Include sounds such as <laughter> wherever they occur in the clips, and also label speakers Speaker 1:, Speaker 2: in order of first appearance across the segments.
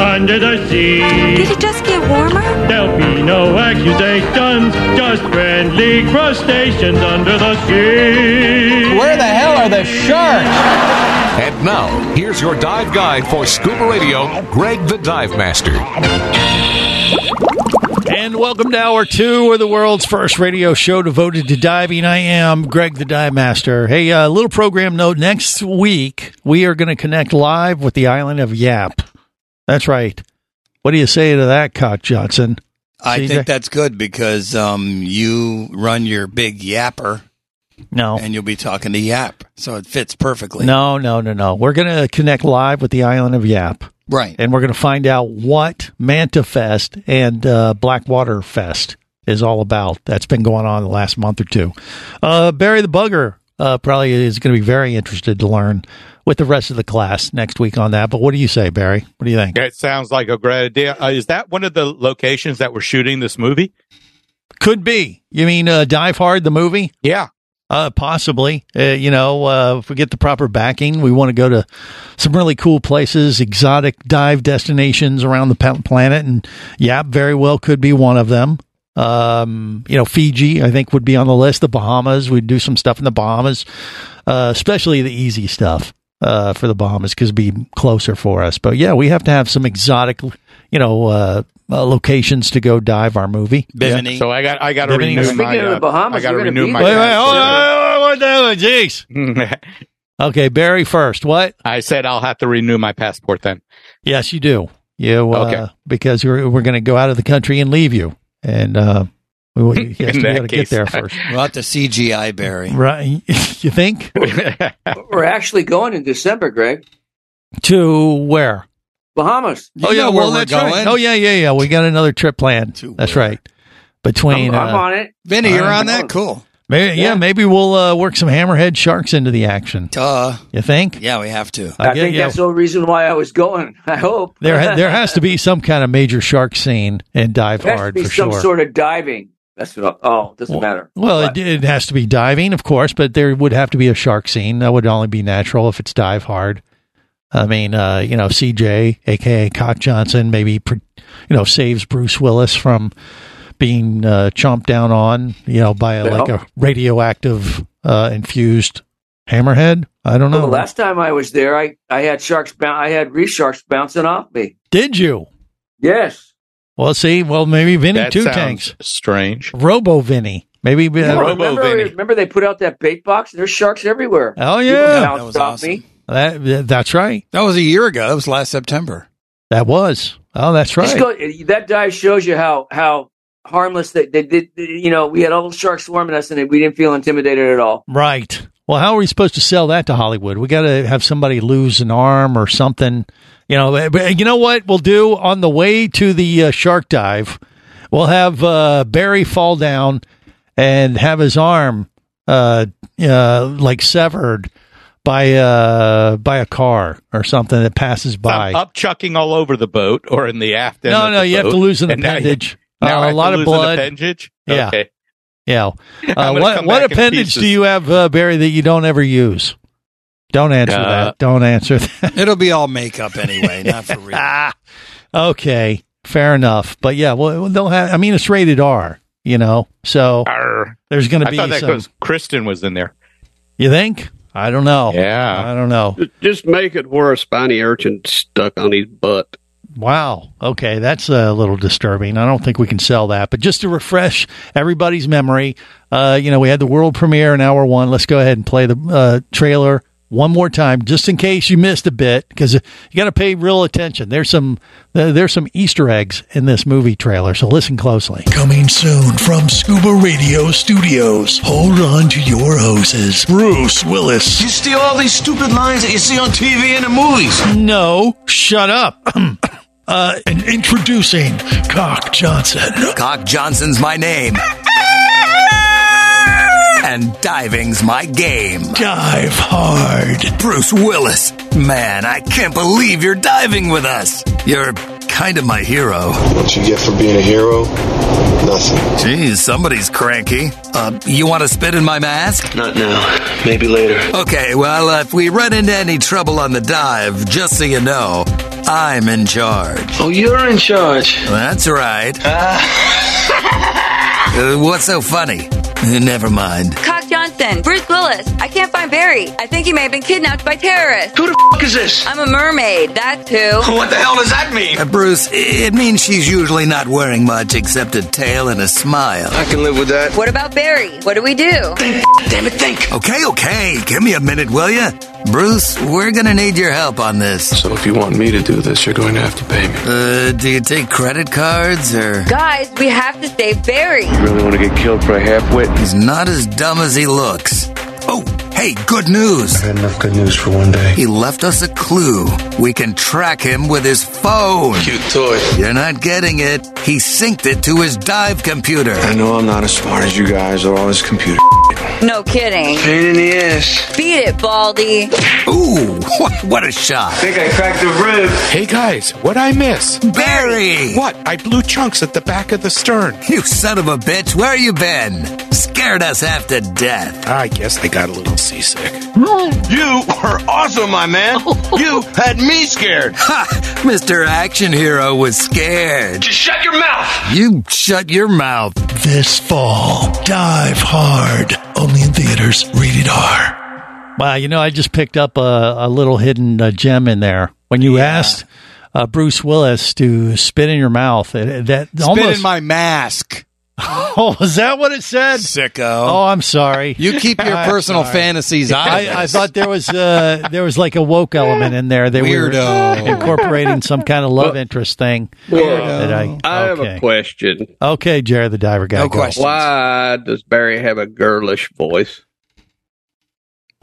Speaker 1: under the sea.
Speaker 2: Did it just get warmer?
Speaker 1: There'll be no accusations, just friendly crustaceans under the sea.
Speaker 3: Where the hell are the sharks?
Speaker 4: And now, here's your dive guide for scuba radio, Greg the Dive Master.
Speaker 5: And welcome to hour two of the world's first radio show devoted to diving. I am Greg the Dive Master. Hey, a uh, little program note. Next week, we are going to connect live with the island of Yap. That's right. What do you say to that, Cock Johnson?
Speaker 3: I
Speaker 5: See,
Speaker 3: think
Speaker 5: there-
Speaker 3: that's good because um, you run your big yapper
Speaker 5: No.
Speaker 3: and you'll be talking to Yap. So it fits perfectly.
Speaker 5: No, no, no, no. We're going to connect live with the island of Yap.
Speaker 3: Right.
Speaker 5: and we're going to find out what Manta Fest and uh, Blackwater Fest is all about. That's been going on the last month or two. Uh, Barry the Bugger uh, probably is going to be very interested to learn with the rest of the class next week on that. But what do you say, Barry? What do you think?
Speaker 6: That sounds like a great idea. Uh, is that one of the locations that we're shooting this movie?
Speaker 5: Could be. You mean uh, Dive Hard, the movie?
Speaker 6: Yeah.
Speaker 5: Uh, possibly. Uh, you know, uh, if we get the proper backing, we want to go to some really cool places, exotic dive destinations around the pa- planet. And yeah, very well could be one of them. Um, you know, Fiji, I think, would be on the list. The Bahamas, we'd do some stuff in the Bahamas, uh, especially the easy stuff uh, for the Bahamas because it'd be closer for us. But yeah, we have to have some exotic, you know, uh, uh, locations to go dive our movie.
Speaker 3: Bimini.
Speaker 6: So I got I got to
Speaker 5: Living
Speaker 6: renew
Speaker 5: Speaking
Speaker 6: my.
Speaker 7: of the
Speaker 6: uh,
Speaker 7: Bahamas,
Speaker 6: I got to
Speaker 7: we're gonna
Speaker 6: renew
Speaker 7: be
Speaker 6: my.
Speaker 7: there.
Speaker 5: Wait, wait, hold on, hold on, hold on, jeez. Okay, Barry first. What?
Speaker 6: <laughs> I said I'll have to renew my passport then.
Speaker 5: Yes, you do. You uh,
Speaker 6: Okay.
Speaker 5: because we're we're going to go out of the country and leave you, and uh, we, we,
Speaker 7: <laughs>
Speaker 5: yes, we
Speaker 6: that
Speaker 5: got to get
Speaker 6: case.
Speaker 5: there first,
Speaker 3: We'll have to CGI Barry.
Speaker 5: right? <laughs> you think
Speaker 7: We're actually going in December, Greg.
Speaker 5: to where?
Speaker 7: Bahamas.
Speaker 3: You know where we're going.
Speaker 5: right. Oh yeah, yeah, yeah. We got another trip planned.
Speaker 3: To
Speaker 5: That's
Speaker 3: where?
Speaker 5: right. Between,
Speaker 7: I'm, I'm
Speaker 5: uh,
Speaker 7: on it.
Speaker 3: Vinny, you're
Speaker 5: I'm
Speaker 3: on that? Cool.
Speaker 5: maybe, yeah.
Speaker 7: Yeah.
Speaker 5: maybe we'll uh, work some hammerhead sharks into the action.
Speaker 3: Duh.
Speaker 5: You think?
Speaker 3: Yeah, we have to.
Speaker 7: I,
Speaker 5: get-
Speaker 7: think
Speaker 5: yeah.
Speaker 7: that's the only reason why I was going. I hope
Speaker 5: there.
Speaker 7: <laughs>
Speaker 5: ha- There has to be some kind of major shark scene and dive
Speaker 7: There has to
Speaker 5: hard
Speaker 7: be
Speaker 5: for
Speaker 7: some
Speaker 5: sure.
Speaker 7: sort of diving. That's what. I, oh, doesn't matter.
Speaker 5: Well,
Speaker 7: But-
Speaker 5: it, it has to be diving, of course, but there would have to be a shark scene. That would only be natural if it's dive hard. I mean, uh, you know, CJ, aka Cock Johnson, maybe pr- you know saves Bruce Willis from being uh, chomped down on, you know, by a,
Speaker 7: Well.
Speaker 5: like a radioactive uh, infused hammerhead. I don't know.
Speaker 7: Well, the last time I was there, I, I had sharks. bou- I had reef sharks bouncing off me.
Speaker 5: Did you?
Speaker 7: Yes.
Speaker 5: Well, see, well, maybe Vinny
Speaker 6: That
Speaker 5: Two
Speaker 6: sounds
Speaker 5: Tanks,
Speaker 6: strange.
Speaker 5: Robo Vinny, maybe. uh,
Speaker 7: No,
Speaker 6: Robo
Speaker 7: remember,
Speaker 6: Vinny.
Speaker 7: remember they put out that bait box? There's sharks everywhere.
Speaker 5: oh
Speaker 7: People
Speaker 5: yeah,
Speaker 7: bounced
Speaker 3: That was
Speaker 7: off
Speaker 3: awesome.
Speaker 7: me.
Speaker 5: that that's right.
Speaker 3: That was a year ago. That was last September.
Speaker 5: That was. Oh, that's right.
Speaker 7: Just go, that dive shows you how how harmless they, they did. You know, we had all the sharks swarming us, and we didn't feel intimidated at all.
Speaker 5: Right. Well, how are we supposed to sell that to Hollywood? We got to have somebody lose an arm or something. You know, but you know what we'll do on the way to the uh, shark dive? We'll have uh, Barry fall down and have his arm uh, uh, like severed by uh, by a car or something that passes by.
Speaker 6: I'm up chucking all over the boat or in the aft. end
Speaker 5: no,
Speaker 6: of
Speaker 5: no,
Speaker 6: the
Speaker 5: you have
Speaker 6: boat.
Speaker 5: to lose an
Speaker 6: And now you-
Speaker 5: appendage.
Speaker 6: <laughs> now
Speaker 5: Uh, a
Speaker 6: I have to
Speaker 5: lot of
Speaker 6: lose an
Speaker 5: blood.
Speaker 6: appendage.
Speaker 5: Yeah.
Speaker 6: Okay.
Speaker 5: Yeah. Uh,
Speaker 6: <laughs> I'm gonna
Speaker 5: what
Speaker 6: come
Speaker 5: what
Speaker 6: back in
Speaker 5: appendage do
Speaker 6: pieces.
Speaker 5: you have, uh, Barry, that you don't ever use? Don't answer
Speaker 6: Uh,
Speaker 5: that. Don't answer that. <laughs>
Speaker 3: It'll be all makeup anyway, not for real.
Speaker 5: ah, okay, fair enough. But yeah, well, they'll have. I mean, it's rated R, you know, so
Speaker 6: Arr.
Speaker 5: there's going to
Speaker 6: I
Speaker 5: be
Speaker 6: thought that
Speaker 5: some.
Speaker 6: because Kristen was in there.
Speaker 5: You think? I don't know.
Speaker 6: Yeah.
Speaker 5: I don't know.
Speaker 8: Just make it where a spiny urchin stuck on his butt.
Speaker 5: Wow. Okay, that's a little disturbing. I don't think we can sell that. But just to refresh everybody's memory, uh, you know, we had the world premiere in hour one. Let's go ahead and play the uh, trailer one more time, just in case you missed a bit, because you got to pay real attention. There's some uh, there's some Easter eggs in this movie trailer, so listen closely.
Speaker 9: Coming soon from Scuba Radio Studios. Hold on to your hoses. Bruce Willis.
Speaker 4: You steal all these stupid lines that you see on TV and in movies.
Speaker 5: No, shut up.
Speaker 9: Uh, and introducing Cock Johnson.
Speaker 3: Cock Johnson's my name. and diving's my game.
Speaker 9: Dive hard.
Speaker 3: Bruce Willis. Man, I can't believe you're diving with us. You're kind of my hero.
Speaker 10: What you get for being a hero? Nothing.
Speaker 3: Geez, somebody's cranky. Uh, you want to spit in my mask?
Speaker 10: Not now. Maybe later.
Speaker 3: Okay, well, uh, if we run into any trouble on the dive, just so you know, I'm in charge.
Speaker 10: Oh, you're in charge.
Speaker 3: That's right.
Speaker 10: Ah.
Speaker 3: Uh, what's so funny? <laughs> Uh, Never mind.
Speaker 11: Cock Johnson, Bruce Willis. I can't find Barry. I think he may have been kidnapped by terrorists.
Speaker 10: Who the f- is this?
Speaker 11: I'm a mermaid. That's who.
Speaker 10: What the hell does that mean?
Speaker 3: Uh, Bruce, it means she's usually not wearing much except a tail and a smile.
Speaker 10: I can live with that.
Speaker 11: What about Barry? What do we do?
Speaker 10: Think, damn it, think.
Speaker 3: Okay, okay, give me a minute, will you? Bruce, we're gonna need your help on this.
Speaker 10: So if you want me to do this, you're going to have to pay me.
Speaker 3: Uh, do you take credit cards or.
Speaker 11: Guys, we have to save Barry.
Speaker 10: You really want to get killed by a halfwit?
Speaker 3: He's not as dumb as he looks. Oh, hey, good news!
Speaker 10: I had enough good news for one day.
Speaker 3: He left us a clue. We can track him with his phone.
Speaker 10: Cute toy.
Speaker 3: You're not getting it. He synced it to his dive computer.
Speaker 10: I know I'm not as smart as you guys or all this computer.
Speaker 11: No kidding.
Speaker 10: Pain in the ass.
Speaker 11: Beat it, Baldy.
Speaker 3: Ooh, <laughs> what, what a shot.
Speaker 10: Think I cracked a rib.
Speaker 6: Hey guys, what I miss?
Speaker 3: Barry!
Speaker 6: What? I blew chunks at the back of the stern.
Speaker 3: You son of a bitch, where you been? Scared us half to death.
Speaker 6: I guess I got a little seasick.
Speaker 4: You are awesome, my <laughs> man. You had me scared.
Speaker 3: Ha! Mr. Action Hero was scared.
Speaker 4: Just shut your mouth.
Speaker 3: You shut your mouth.
Speaker 9: This fall, dive hard. Only in theaters. Rated R.
Speaker 5: Wow, you know, I just picked up a, a little hidden uh, gem in there when you asked uh, Bruce Willis to spit in your mouth. It, that
Speaker 12: Spit
Speaker 5: almost
Speaker 12: in my mask.
Speaker 5: <laughs> oh, was that what it said?
Speaker 12: Sicko.
Speaker 5: Oh, I'm sorry.
Speaker 12: You keep your
Speaker 5: I'm
Speaker 12: personal
Speaker 5: sorry.
Speaker 12: fantasies out of
Speaker 5: I, I
Speaker 3: <laughs>
Speaker 12: this.
Speaker 5: thought there was uh, there was like a woke element in there. They
Speaker 12: Weirdo.
Speaker 5: were incorporating some kind of love interest thing. That I,
Speaker 7: I have
Speaker 5: okay.
Speaker 7: a question.
Speaker 5: Okay, Jared the diver guy.
Speaker 12: No
Speaker 5: go.
Speaker 12: question.
Speaker 7: Why does Barry have a girlish voice?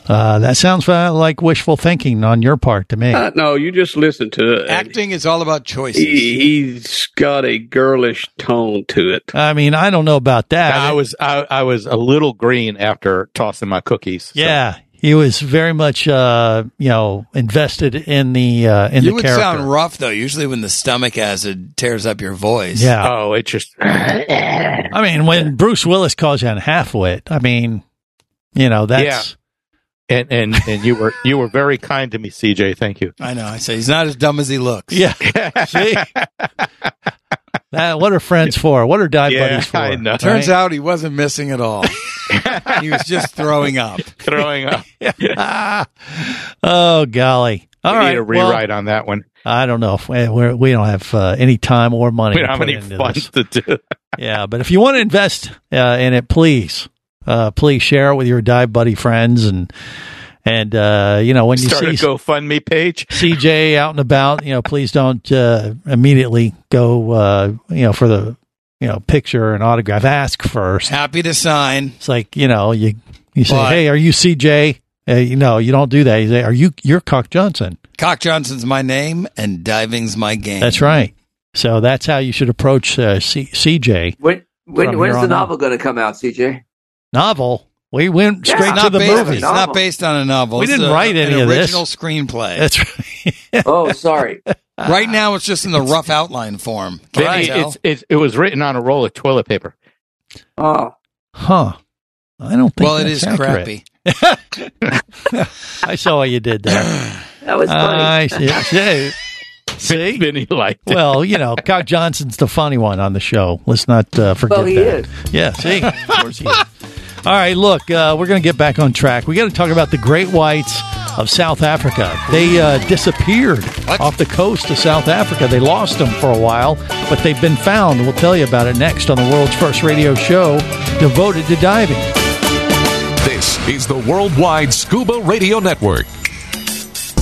Speaker 5: Uh, that sounds uh, like wishful thinking on your part to me.
Speaker 7: Uh, no, you just listen to it.
Speaker 12: Acting is all about choices.
Speaker 7: He, he's got a girlish tone to it.
Speaker 5: I mean, I don't know about that.
Speaker 6: I was I, I was a little green after tossing my cookies. so-
Speaker 5: yeah, he was very much uh, you know invested in the uh, in
Speaker 12: You
Speaker 5: the
Speaker 12: would
Speaker 5: character.
Speaker 12: sound rough though. Usually, when the stomach acid tears up your voice.
Speaker 5: yeah,
Speaker 6: Oh, it just Oh.
Speaker 5: I mean, when Bruce Willis calls you an halfwit, I mean, you know that's
Speaker 6: and and and you were you were very kind to me, CJ. Thank you.
Speaker 12: I know. I say he's not as dumb as he looks.
Speaker 6: <laughs>
Speaker 5: yeah. See, that, what are friends for? What are dive
Speaker 6: Yeah,
Speaker 5: buddies for?
Speaker 6: I know.
Speaker 12: Turns
Speaker 5: right?
Speaker 12: out he wasn't missing at all. <laughs> he was just throwing up.
Speaker 6: <laughs> Throwing
Speaker 5: <laughs>
Speaker 6: up.
Speaker 5: oh golly! <laughs> All
Speaker 6: we
Speaker 5: right,
Speaker 6: need a
Speaker 5: well,
Speaker 6: rewrite on that one.
Speaker 5: I don't know if we we're, we don't have uh, any time or money.
Speaker 6: We don't
Speaker 5: to
Speaker 6: have
Speaker 5: put
Speaker 6: any
Speaker 5: into
Speaker 6: funds
Speaker 5: this.
Speaker 6: to do.
Speaker 5: Yeah, but if you want to invest uh, in it, please, uh, please share it with your dive buddy friends and and uh, you know when you
Speaker 6: Start a
Speaker 5: see
Speaker 6: GoFundMe page.
Speaker 5: CJ out and about, you know, please don't uh, immediately go, uh, you know, for the you know picture and autograph. Ask first.
Speaker 12: Happy to sign.
Speaker 5: It's like you know you you say,
Speaker 12: But-
Speaker 5: hey, are you CJ? Uh, you know, you don't do that. You say, are you? You're Cock Johnson.
Speaker 12: Cock Johnson's my name, and diving's my game.
Speaker 5: That's right. So that's how you should approach uh, C- CJ
Speaker 13: When, when
Speaker 5: From
Speaker 13: when's
Speaker 5: here
Speaker 13: the
Speaker 5: on out.
Speaker 13: novel going to come out, CJ?
Speaker 5: <laughs> novel. We went
Speaker 13: Yeah,
Speaker 5: straight
Speaker 12: It's
Speaker 5: to
Speaker 12: not,
Speaker 5: the
Speaker 12: based,
Speaker 5: movie.
Speaker 12: it's not based on a novel.
Speaker 5: We
Speaker 12: It's
Speaker 5: didn't
Speaker 12: a-
Speaker 5: write any
Speaker 12: an
Speaker 5: of this.
Speaker 12: original screenplay.
Speaker 5: That's <laughs> right.
Speaker 13: Oh, sorry.
Speaker 12: right now, it's just in the rough outline form. Can
Speaker 6: It-
Speaker 12: you tell?
Speaker 6: it's, it's, it was written on a roll of toilet paper.
Speaker 13: Oh,
Speaker 5: Huh. I don't think
Speaker 12: well, it
Speaker 5: that's
Speaker 12: is
Speaker 5: accurate.
Speaker 12: crappy.
Speaker 5: <laughs> I saw what you did there.
Speaker 13: that was
Speaker 7: Uh,
Speaker 13: funny.
Speaker 5: Uh, I see. see. See?
Speaker 6: <laughs> Vinny liked it.
Speaker 5: Well, you know, Cock Johnson's the funny one on the show. Let's not uh, forget
Speaker 13: Well, he
Speaker 5: that.
Speaker 13: is.
Speaker 5: Yeah, see? <laughs> Of course he is. All right, look, uh, we're going to get back on track. We got to talk about the great whites of South Africa. They uh, disappeared off the coast of South Africa. They lost them for a while, but they've been found. We'll tell you about it next on the world's first radio show devoted to diving.
Speaker 14: This is the Worldwide Scuba Radio Network.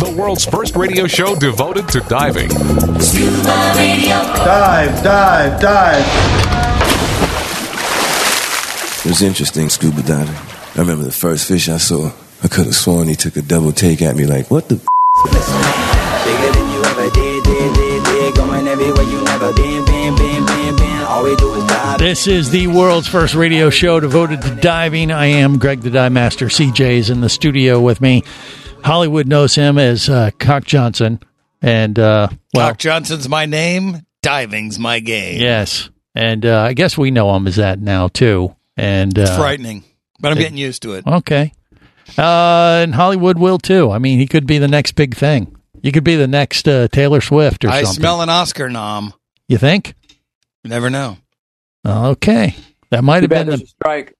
Speaker 4: The world's first radio show devoted to diving. Scuba Radio.
Speaker 15: Dive, dive, dive.
Speaker 16: It was interesting scuba diving. I remember the first fish I saw. I could have sworn he took a double take at me, like, what the?
Speaker 17: Bigger than you ever did, did, did, did. Going everywhere you never been, been, been, been, been. All we do is dive.
Speaker 5: This is the world's first radio show devoted to diving. I am Greg the Dive Master. CJ is in the studio with me. Hollywood knows him as uh, Cock Johnson. And, uh, well,
Speaker 18: Doc Johnson's my name. Diving's my game.
Speaker 5: yes. And uh, I guess we know him as that now, too. And uh,
Speaker 18: It's frightening, but I'm
Speaker 5: it-
Speaker 18: getting used to it.
Speaker 5: Okay. Uh, and Hollywood will, too. I mean, he could be the next big thing. You could be the next uh, Taylor Swift or
Speaker 18: I
Speaker 5: something.
Speaker 18: smell an Oscar nom.
Speaker 5: you think?
Speaker 18: You never know.
Speaker 5: Okay. That might have been the
Speaker 19: strike.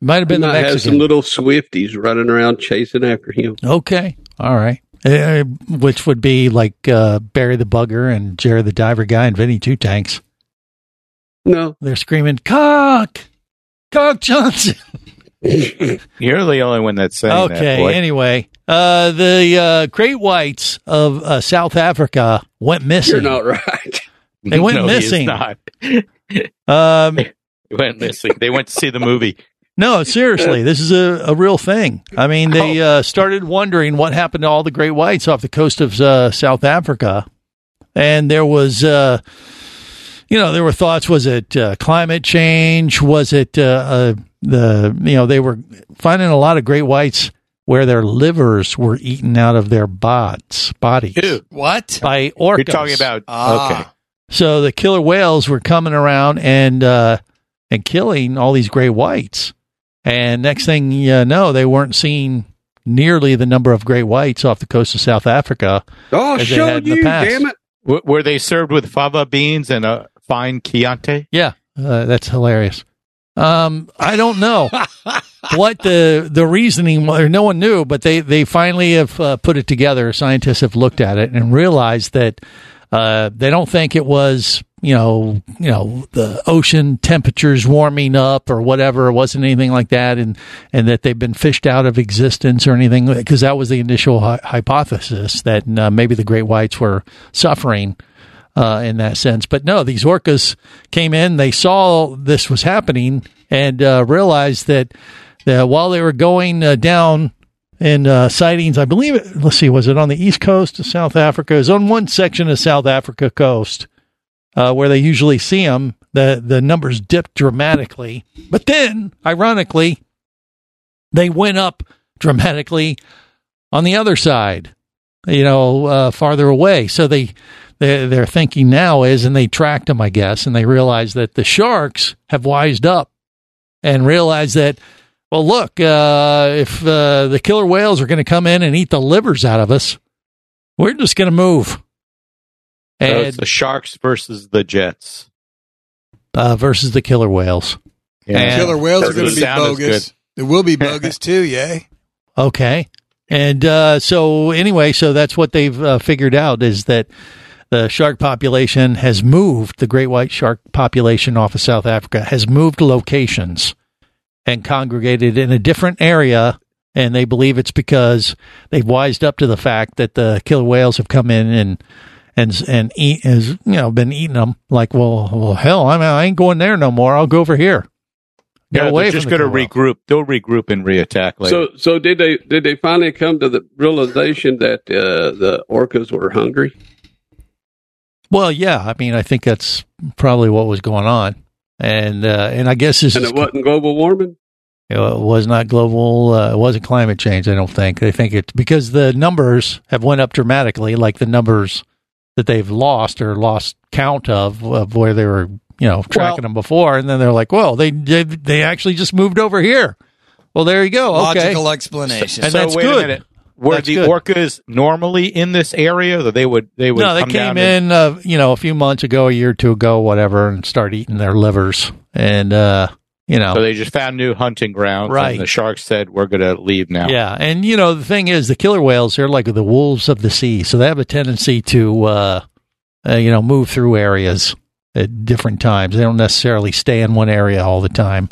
Speaker 5: might have been the
Speaker 20: I have
Speaker 5: Mexican.
Speaker 20: some little Swifties running around chasing after him.
Speaker 5: Okay. All right. Eh, which would be like uh, Barry the Bugger and Jerry the Diver Guy and Vinny Two Tanks.
Speaker 20: No.
Speaker 5: They're screaming, Cock! Cock Johnson!
Speaker 6: You're the only one that's saying that.
Speaker 5: okay.
Speaker 6: boy. <laughs>
Speaker 5: anyway, uh, the uh, great whites of uh, South Africa went missing.
Speaker 20: You're not right.
Speaker 6: <laughs>
Speaker 5: They went
Speaker 6: No, he is
Speaker 5: missing.
Speaker 6: not. <laughs>
Speaker 5: Um,
Speaker 6: They went missing. They went to see the movie.
Speaker 5: no, seriously, this is a, a real thing. I mean, they
Speaker 6: Oh.
Speaker 5: uh, started wondering what happened to all the great whites off the coast of uh, South Africa, and there was, uh, you know, there were thoughts: was it uh, climate change? Was it uh, uh, the you know they were finding a lot of great whites where their livers were eaten out of their bots bodies
Speaker 18: What?
Speaker 5: by orcas.
Speaker 6: You're talking about
Speaker 18: Ah.
Speaker 6: okay.
Speaker 5: So the killer whales were coming around and uh, and killing all these gray whites. And next thing you know, they weren't seeing nearly the number of gray whites off the coast of South Africa.
Speaker 20: Oh,
Speaker 5: as they
Speaker 20: show
Speaker 5: had in the
Speaker 20: you,
Speaker 5: past.
Speaker 20: damn it.
Speaker 6: W- were they served with fava beans and a fine Chianti?
Speaker 5: Yeah, uh, that's hilarious. Um, I don't know what the the reasoning was. No one knew, but they they finally have uh, put it together. Scientists have looked at it and realized that uh, they don't think it was you know you know the ocean temperatures warming up or whatever. It wasn't anything like that, and and that they've been fished out of existence or anything because that was the initial hy- hypothesis that uh, maybe the great whites were suffering uh, in that sense. But no, these orcas came in, they saw this was happening, and uh, realized that, that while they were going uh, down in uh, sightings, I believe, it, let's see, was it on the east coast of South Africa? It was on one section of South Africa coast uh, where they usually see them. The, the numbers dipped dramatically. But then, ironically, they went up dramatically on the other side, you know, uh, farther away. So they, they their thinking now is, and they tracked them, I guess, and they realized that the sharks have wised up and realized that, well, look, uh, if uh, the killer whales are going to come in and eat the livers out of us, we're just going to move.
Speaker 6: So
Speaker 5: And
Speaker 6: it's the sharks versus the jets.
Speaker 5: uh, versus the killer whales. And-
Speaker 21: Killer whales are going to
Speaker 6: The
Speaker 21: be
Speaker 6: sound is
Speaker 21: bogus.
Speaker 6: good.
Speaker 21: It will be bogus too. Yay!
Speaker 5: Okay. And uh, so, anyway, so that's what they've uh, figured out is that the shark population has moved, the great white shark population off of South Africa has moved locations and congregated in a different area. And they believe it's because they've wised up to the fact that the killer whales have come in and and and eat has you know been eating them. Like, well, well, hell, I'm, I ain't going there no more. I'll go over here. Get
Speaker 6: Yeah,
Speaker 5: away
Speaker 6: they're
Speaker 5: from
Speaker 6: just
Speaker 5: the
Speaker 6: going to
Speaker 5: killer whale.
Speaker 6: regroup. They'll regroup and reattack later.
Speaker 7: So, so did they? Did they finally come to the realization that uh, the orcas were hungry?
Speaker 5: Well, yeah. I mean, I think that's probably what was going on, and uh, and I guess this
Speaker 7: and
Speaker 5: is-
Speaker 7: it wasn't global warming.
Speaker 5: it was not global. Uh, it wasn't climate change. I don't think they think it because the numbers have went up dramatically. Like the numbers that they've lost or lost count of of where they were, you know, tracking them before, and then they're like, well, they they, they actually just moved over here. Well, there you go. Okay.
Speaker 3: Logical
Speaker 5: <laughs>
Speaker 3: explanation.
Speaker 5: And that's
Speaker 6: wait
Speaker 5: good.
Speaker 6: a minute. Were
Speaker 5: That's
Speaker 6: the
Speaker 5: good.
Speaker 6: orcas normally in this area? That they would they would
Speaker 5: no, they
Speaker 6: come down
Speaker 5: came
Speaker 6: and-
Speaker 5: in, uh, you know, a few months ago, a year or two ago, whatever, and start eating their livers, and uh, you know,
Speaker 6: So they just found new hunting grounds.
Speaker 5: Right.
Speaker 6: And the sharks said, "We're going to leave now."
Speaker 5: yeah, and you know, the thing is, the killer whales are like the wolves of the sea, so they have a tendency to, uh, uh, you know, move through areas at different times. They don't necessarily stay in one area all the time.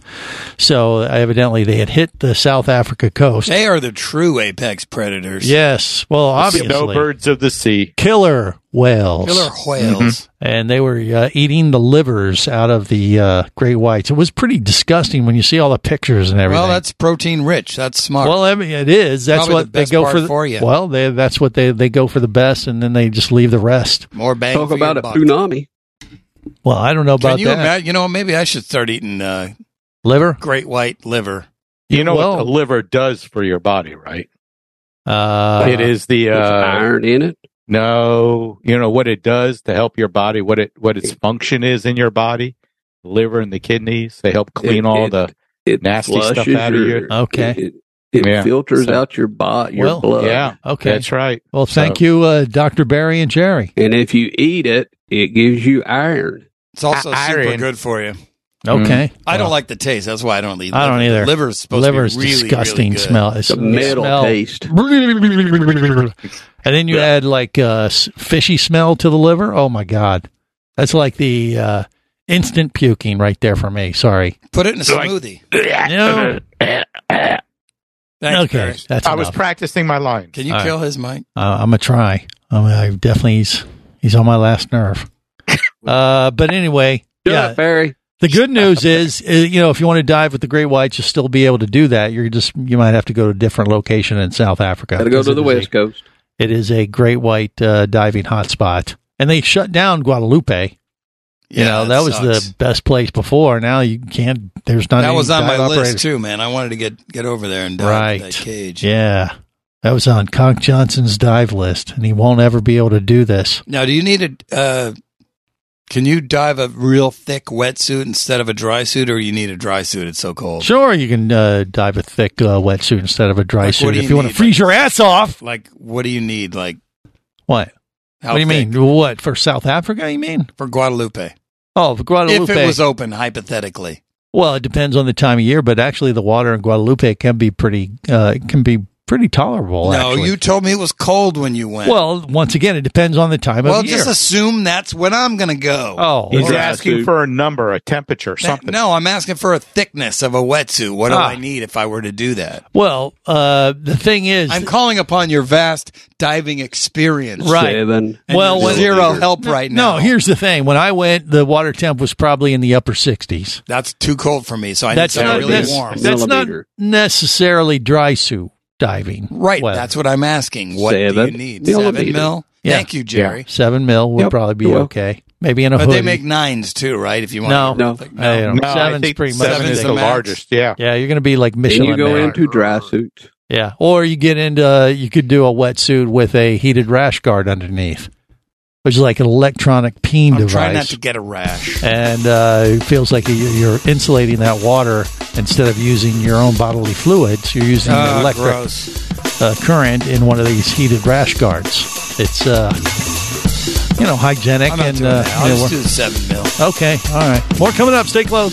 Speaker 5: So evidently, they had hit the South Africa coast.
Speaker 3: They are the true apex predators.
Speaker 5: Yes, well, obviously,
Speaker 6: snowbirds of the sea.
Speaker 5: killer whales.
Speaker 3: Killer whales.
Speaker 5: and they were uh, eating the livers out of the uh, great whites. It was pretty disgusting when you see all the pictures and everything.
Speaker 3: Well, that's protein rich. That's smart.
Speaker 5: Well, I mean, it is. That's
Speaker 3: Probably
Speaker 5: what
Speaker 3: the
Speaker 5: they
Speaker 3: best
Speaker 5: go
Speaker 3: part
Speaker 5: for. the-
Speaker 3: for you.
Speaker 5: Well, they, that's what they they go for the best, and then they just leave the rest.
Speaker 3: More bang
Speaker 7: Talk
Speaker 3: for
Speaker 7: about
Speaker 3: your
Speaker 7: a
Speaker 3: buck.
Speaker 7: tsunami.
Speaker 5: Well, I don't know about
Speaker 3: Can you
Speaker 5: that.
Speaker 3: imagine? You know, maybe I should start eating uh,
Speaker 5: Liver?
Speaker 3: great white liver.
Speaker 6: You know what
Speaker 5: Well-
Speaker 6: the liver does for your body, right?
Speaker 5: Uh,
Speaker 6: it is the uh,
Speaker 7: There's iron in it.
Speaker 6: No, you know what it does to help your body. What it what its function is in your body, liver and the kidneys. They help clean
Speaker 7: It-
Speaker 6: all
Speaker 7: it-
Speaker 6: the
Speaker 7: It
Speaker 6: nasty
Speaker 7: flushes
Speaker 6: stuff out of
Speaker 7: your-
Speaker 6: you.
Speaker 5: Okay.
Speaker 7: It, it- it
Speaker 6: Yeah.
Speaker 7: filters
Speaker 6: So-
Speaker 7: out your body, your
Speaker 5: Well,
Speaker 7: blood.
Speaker 6: Yeah,
Speaker 5: Okay.
Speaker 6: that's right.
Speaker 5: Well, thank you, uh, Doctor Barry and Jerry.
Speaker 7: And if you eat it, it gives you iron.
Speaker 3: It's also
Speaker 6: I-
Speaker 3: super
Speaker 6: iron.
Speaker 3: good for you.
Speaker 6: Mm-hmm.
Speaker 5: Okay,
Speaker 3: I don't
Speaker 5: Well,
Speaker 3: like the taste. That's why I don't eat.
Speaker 5: I don't
Speaker 3: liver.
Speaker 5: either.
Speaker 3: Liver's supposed
Speaker 5: Liver's
Speaker 3: to be really, really
Speaker 5: disgusting
Speaker 3: good.
Speaker 5: smell. It's
Speaker 7: The metal
Speaker 5: smell.
Speaker 7: taste.
Speaker 5: And then you add like a s- fishy smell to the liver. Oh my god, that's like the uh, instant puking right there for me. Sorry.
Speaker 3: Put it in a smoothie.
Speaker 5: No.
Speaker 3: Thanks,
Speaker 5: okay,
Speaker 3: Barry.
Speaker 5: that's
Speaker 6: I was
Speaker 5: enough.
Speaker 6: practicing my line.
Speaker 3: Can you
Speaker 5: All
Speaker 3: kill his mic?
Speaker 5: Uh, I'm gonna try. I'm, I definitely he's he's on my last
Speaker 6: <laughs>
Speaker 5: nerve. Uh, but anyway,
Speaker 7: Shut
Speaker 5: yeah.
Speaker 7: up, Barry.
Speaker 5: The good news is, uh, you know, if you want to dive with the great whites, you'll still be able to do that. You're just you might have to go to a different location in South Africa.
Speaker 7: Gotta go
Speaker 5: because
Speaker 7: to the
Speaker 5: it is a-
Speaker 7: West Coast.
Speaker 5: It is a great white uh, diving hotspot, and they shut down Guadalupe. you know, that, was
Speaker 3: sucks.
Speaker 5: the best place before. Now you can't. There's not.
Speaker 3: that
Speaker 5: any
Speaker 3: was on my
Speaker 5: dive
Speaker 3: list
Speaker 5: operators.
Speaker 3: too, man. I wanted to get get over there and dive into
Speaker 5: Right.
Speaker 3: that cage.
Speaker 5: Yeah, that was on Conk Johnson's dive list, and he won't ever be able to do this.
Speaker 3: Now, do you need a? Uh, can you dive a real thick wetsuit instead of a dry suit, or you need a dry suit? It's so cold.
Speaker 5: Sure, you can uh, dive a thick uh, wetsuit instead of a dry
Speaker 3: Like, what
Speaker 5: suit
Speaker 3: do
Speaker 5: if
Speaker 3: you
Speaker 5: you want to
Speaker 3: need?
Speaker 5: freeze your ass off.
Speaker 3: Like, what do you need? Like,
Speaker 5: What?
Speaker 3: how
Speaker 5: what do you
Speaker 3: thick?
Speaker 5: mean? What for South Africa? You mean?
Speaker 3: for Guadalupe?
Speaker 5: Oh, for Guadalupe.
Speaker 3: If it was open, hypothetically,
Speaker 5: well, it depends on the time of year, but actually, the water in Guadalupe can be pretty uh, can be pretty tolerable.
Speaker 3: No,
Speaker 5: actually.
Speaker 3: you told me it was cold when you went.
Speaker 5: Well, once again, it depends on the time
Speaker 3: well,
Speaker 5: of year.
Speaker 3: just assume that's when I'm going to go.
Speaker 5: Oh,
Speaker 6: He's asking for a number, a temperature, something.
Speaker 3: No, I'm asking for a thickness of a wetsuit. What do
Speaker 5: Ah.
Speaker 3: I need if I were to do that?
Speaker 5: well, uh, the thing is,
Speaker 3: I'm calling upon your vast diving experience.
Speaker 5: Right.
Speaker 8: Seven.
Speaker 3: And
Speaker 5: Well,
Speaker 3: there's
Speaker 5: when-
Speaker 3: zero help right now.
Speaker 5: No, here's the thing. When I went, the water temp was probably in the upper 60s.
Speaker 3: That's too cold for me, so I
Speaker 5: That's
Speaker 3: need
Speaker 5: not
Speaker 3: something really
Speaker 5: that's,
Speaker 3: warm.
Speaker 5: that's not necessarily dry suit diving.
Speaker 3: right.
Speaker 5: Well,
Speaker 3: That's what I'm asking. What do you
Speaker 5: Seven
Speaker 3: need?
Speaker 5: millimeter.
Speaker 3: Seven mil.
Speaker 5: yeah.
Speaker 3: Thank you, Jerry.
Speaker 5: Yeah. Seven mil would probably be
Speaker 3: You're welcome.
Speaker 5: okay. Maybe in a
Speaker 3: But
Speaker 5: hoodie.
Speaker 3: they make nines too, right? If you want,
Speaker 5: no,
Speaker 3: no,
Speaker 5: I don't know.
Speaker 6: No, I
Speaker 5: Seven's
Speaker 6: think
Speaker 5: pretty much
Speaker 6: seven is the
Speaker 5: max.
Speaker 6: largest, yeah.
Speaker 5: yeah. You're going to be like Michelin.
Speaker 8: you go
Speaker 5: man.
Speaker 8: into dry suit.
Speaker 5: yeah, or you get into you could do a wetsuit with a heated rash guard underneath, which is like an electronic peen
Speaker 3: I'm
Speaker 5: device.
Speaker 3: trying not to get a rash.
Speaker 5: and uh, it feels like you- you're insulating that water instead of using your own bodily fluids. You're using
Speaker 3: Oh,
Speaker 5: the electric Uh, current in one of these heated rash guards. It's uh, you know hygienic
Speaker 3: I'm not
Speaker 5: and
Speaker 3: doing
Speaker 5: uh,
Speaker 3: that. I'll
Speaker 5: you know,
Speaker 3: just
Speaker 5: we're-
Speaker 3: do the seven mil.
Speaker 5: okay, all right. More coming up. Stay close.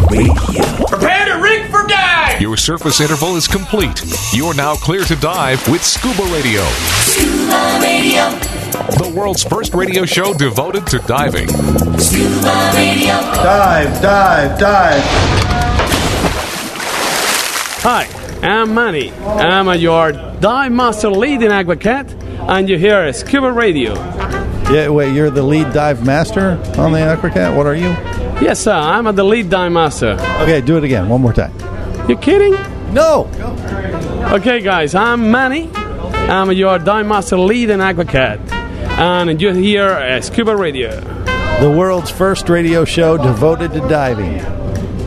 Speaker 4: Prepare to rig for dive! Your surface interval is complete. You're now clear to dive with Scuba Radio. Scuba Radio. The world's first radio show devoted to diving. Scuba Radio.
Speaker 22: Dive, dive, dive.
Speaker 23: Hi, I'm Manny. I'm your dive master lead in AquaCat, and you hear Scuba Radio.
Speaker 5: Yeah, wait, you're the lead dive master on the Aquacat? What are you?
Speaker 23: Yes, sir, uh, I'm the lead dive master.
Speaker 5: Okay, do it again, one more time.
Speaker 23: You kidding?
Speaker 5: No.
Speaker 23: Okay, guys, I'm Manny. I'm your dive master lead in AquaCat, and you hear uh, Scuba Radio.
Speaker 5: The world's first radio show devoted to diving.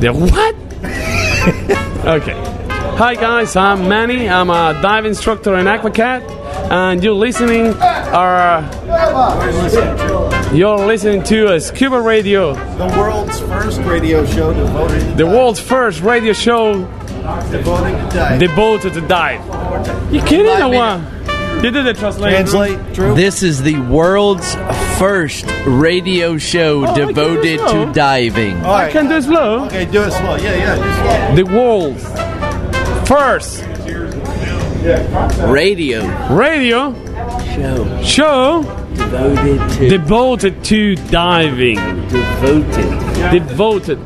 Speaker 23: The what? <laughs> okay. Hi guys, I'm Manny. I'm a dive instructor in AquaCat, and you're listening. uh, Are you're listening to uh, Scuba Radio,
Speaker 24: The world's first radio show devoted
Speaker 23: the world's first radio show
Speaker 24: devoted to dive.
Speaker 23: devoted to dive. You kidding or what? You did the translation.
Speaker 25: This is the world's first radio show
Speaker 23: I can do
Speaker 25: devoted
Speaker 23: it now.
Speaker 25: to diving.
Speaker 23: I can do it slow. Okay, do it slow. Yeah, yeah. The world's first
Speaker 25: Radio.
Speaker 23: radio show show devoted to devoted to diving devoted devoted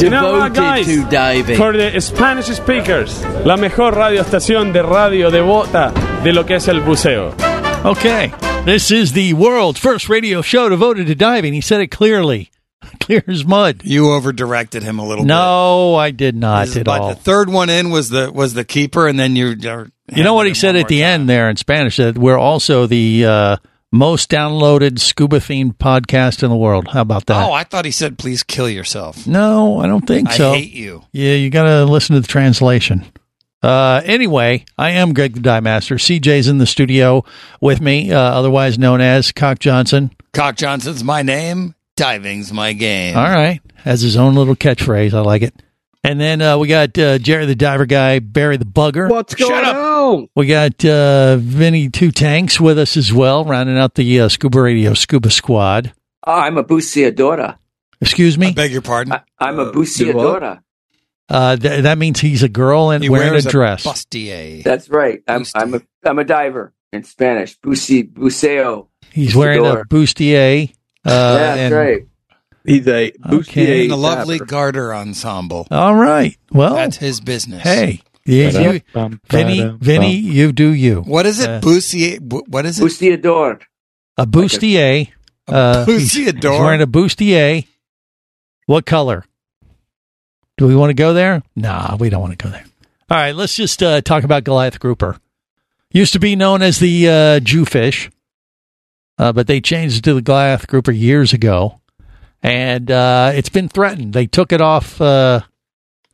Speaker 23: You know what,
Speaker 25: Devoted
Speaker 23: guys?
Speaker 25: to diving.
Speaker 23: For the Spanish speakers, la mejor radioestación de radio devota de lo que es el buceo.
Speaker 5: Okay. This is the world's first radio show devoted to diving. He said it clearly. <laughs> Clear as mud.
Speaker 3: You over directed him a little
Speaker 5: No, I did not
Speaker 3: bit.
Speaker 5: at
Speaker 3: But
Speaker 5: all.
Speaker 3: the third one in was the was the keeper, and then you. are
Speaker 5: you know what he said at the end there in Spanish? That we're also the uh, most downloaded scuba themed podcast in the world. How about that?
Speaker 3: Oh, I thought he said, "Please kill yourself."
Speaker 5: No, I don't think
Speaker 3: I
Speaker 5: so.
Speaker 3: hate you.
Speaker 5: Yeah, you got to listen to the translation. Uh, anyway, I am Greg the Dive Master. CJ's in the studio with me, uh, otherwise known as Cock Johnson.
Speaker 3: Cock Johnson's my name. Diving's my game.
Speaker 5: All right. Has his own little catchphrase. I like it. And then uh, we got uh, Jerry the Diver Guy, Barry the Bugger.
Speaker 8: What's going on?
Speaker 5: We got uh, Vinny Two Tanks with us as well, rounding out the uh, Scuba Radio Scuba Squad.
Speaker 7: Ah, I'm a buceadora.
Speaker 5: Excuse me?
Speaker 26: beg your pardon.
Speaker 23: Uh,
Speaker 7: I'm a buceadora.
Speaker 5: Uh, th- that means he's a girl and
Speaker 7: He
Speaker 5: wearing a
Speaker 7: wears a
Speaker 5: dress.
Speaker 26: bustier.
Speaker 7: That's right. I'm I'm a I'm a diver in Spanish. Buce buceo.
Speaker 5: he's wearing a bustier. Uh,
Speaker 7: that's
Speaker 5: and-
Speaker 7: right.
Speaker 8: He's a
Speaker 5: bustier
Speaker 26: in a lovely
Speaker 5: diver.
Speaker 26: garter ensemble.
Speaker 5: All right. Well,
Speaker 26: that's his business.
Speaker 5: Oh. Hey, yeah, you, Vinny, Vinny, you do you.
Speaker 26: What is it?
Speaker 5: Uh,
Speaker 26: Bustier. wh- What is it?
Speaker 7: Buceador.
Speaker 5: a bustier. uh, he's- he's
Speaker 26: bustiador?
Speaker 5: wearing a bustier. What color? Do we want to go there? Nah, we don't want to go there. All right, let's just uh, talk about Goliath grouper. Used to be known as the uh, Jewfish, uh, but they changed it to the Goliath grouper years ago, and uh, it's been threatened. They took it off. Uh,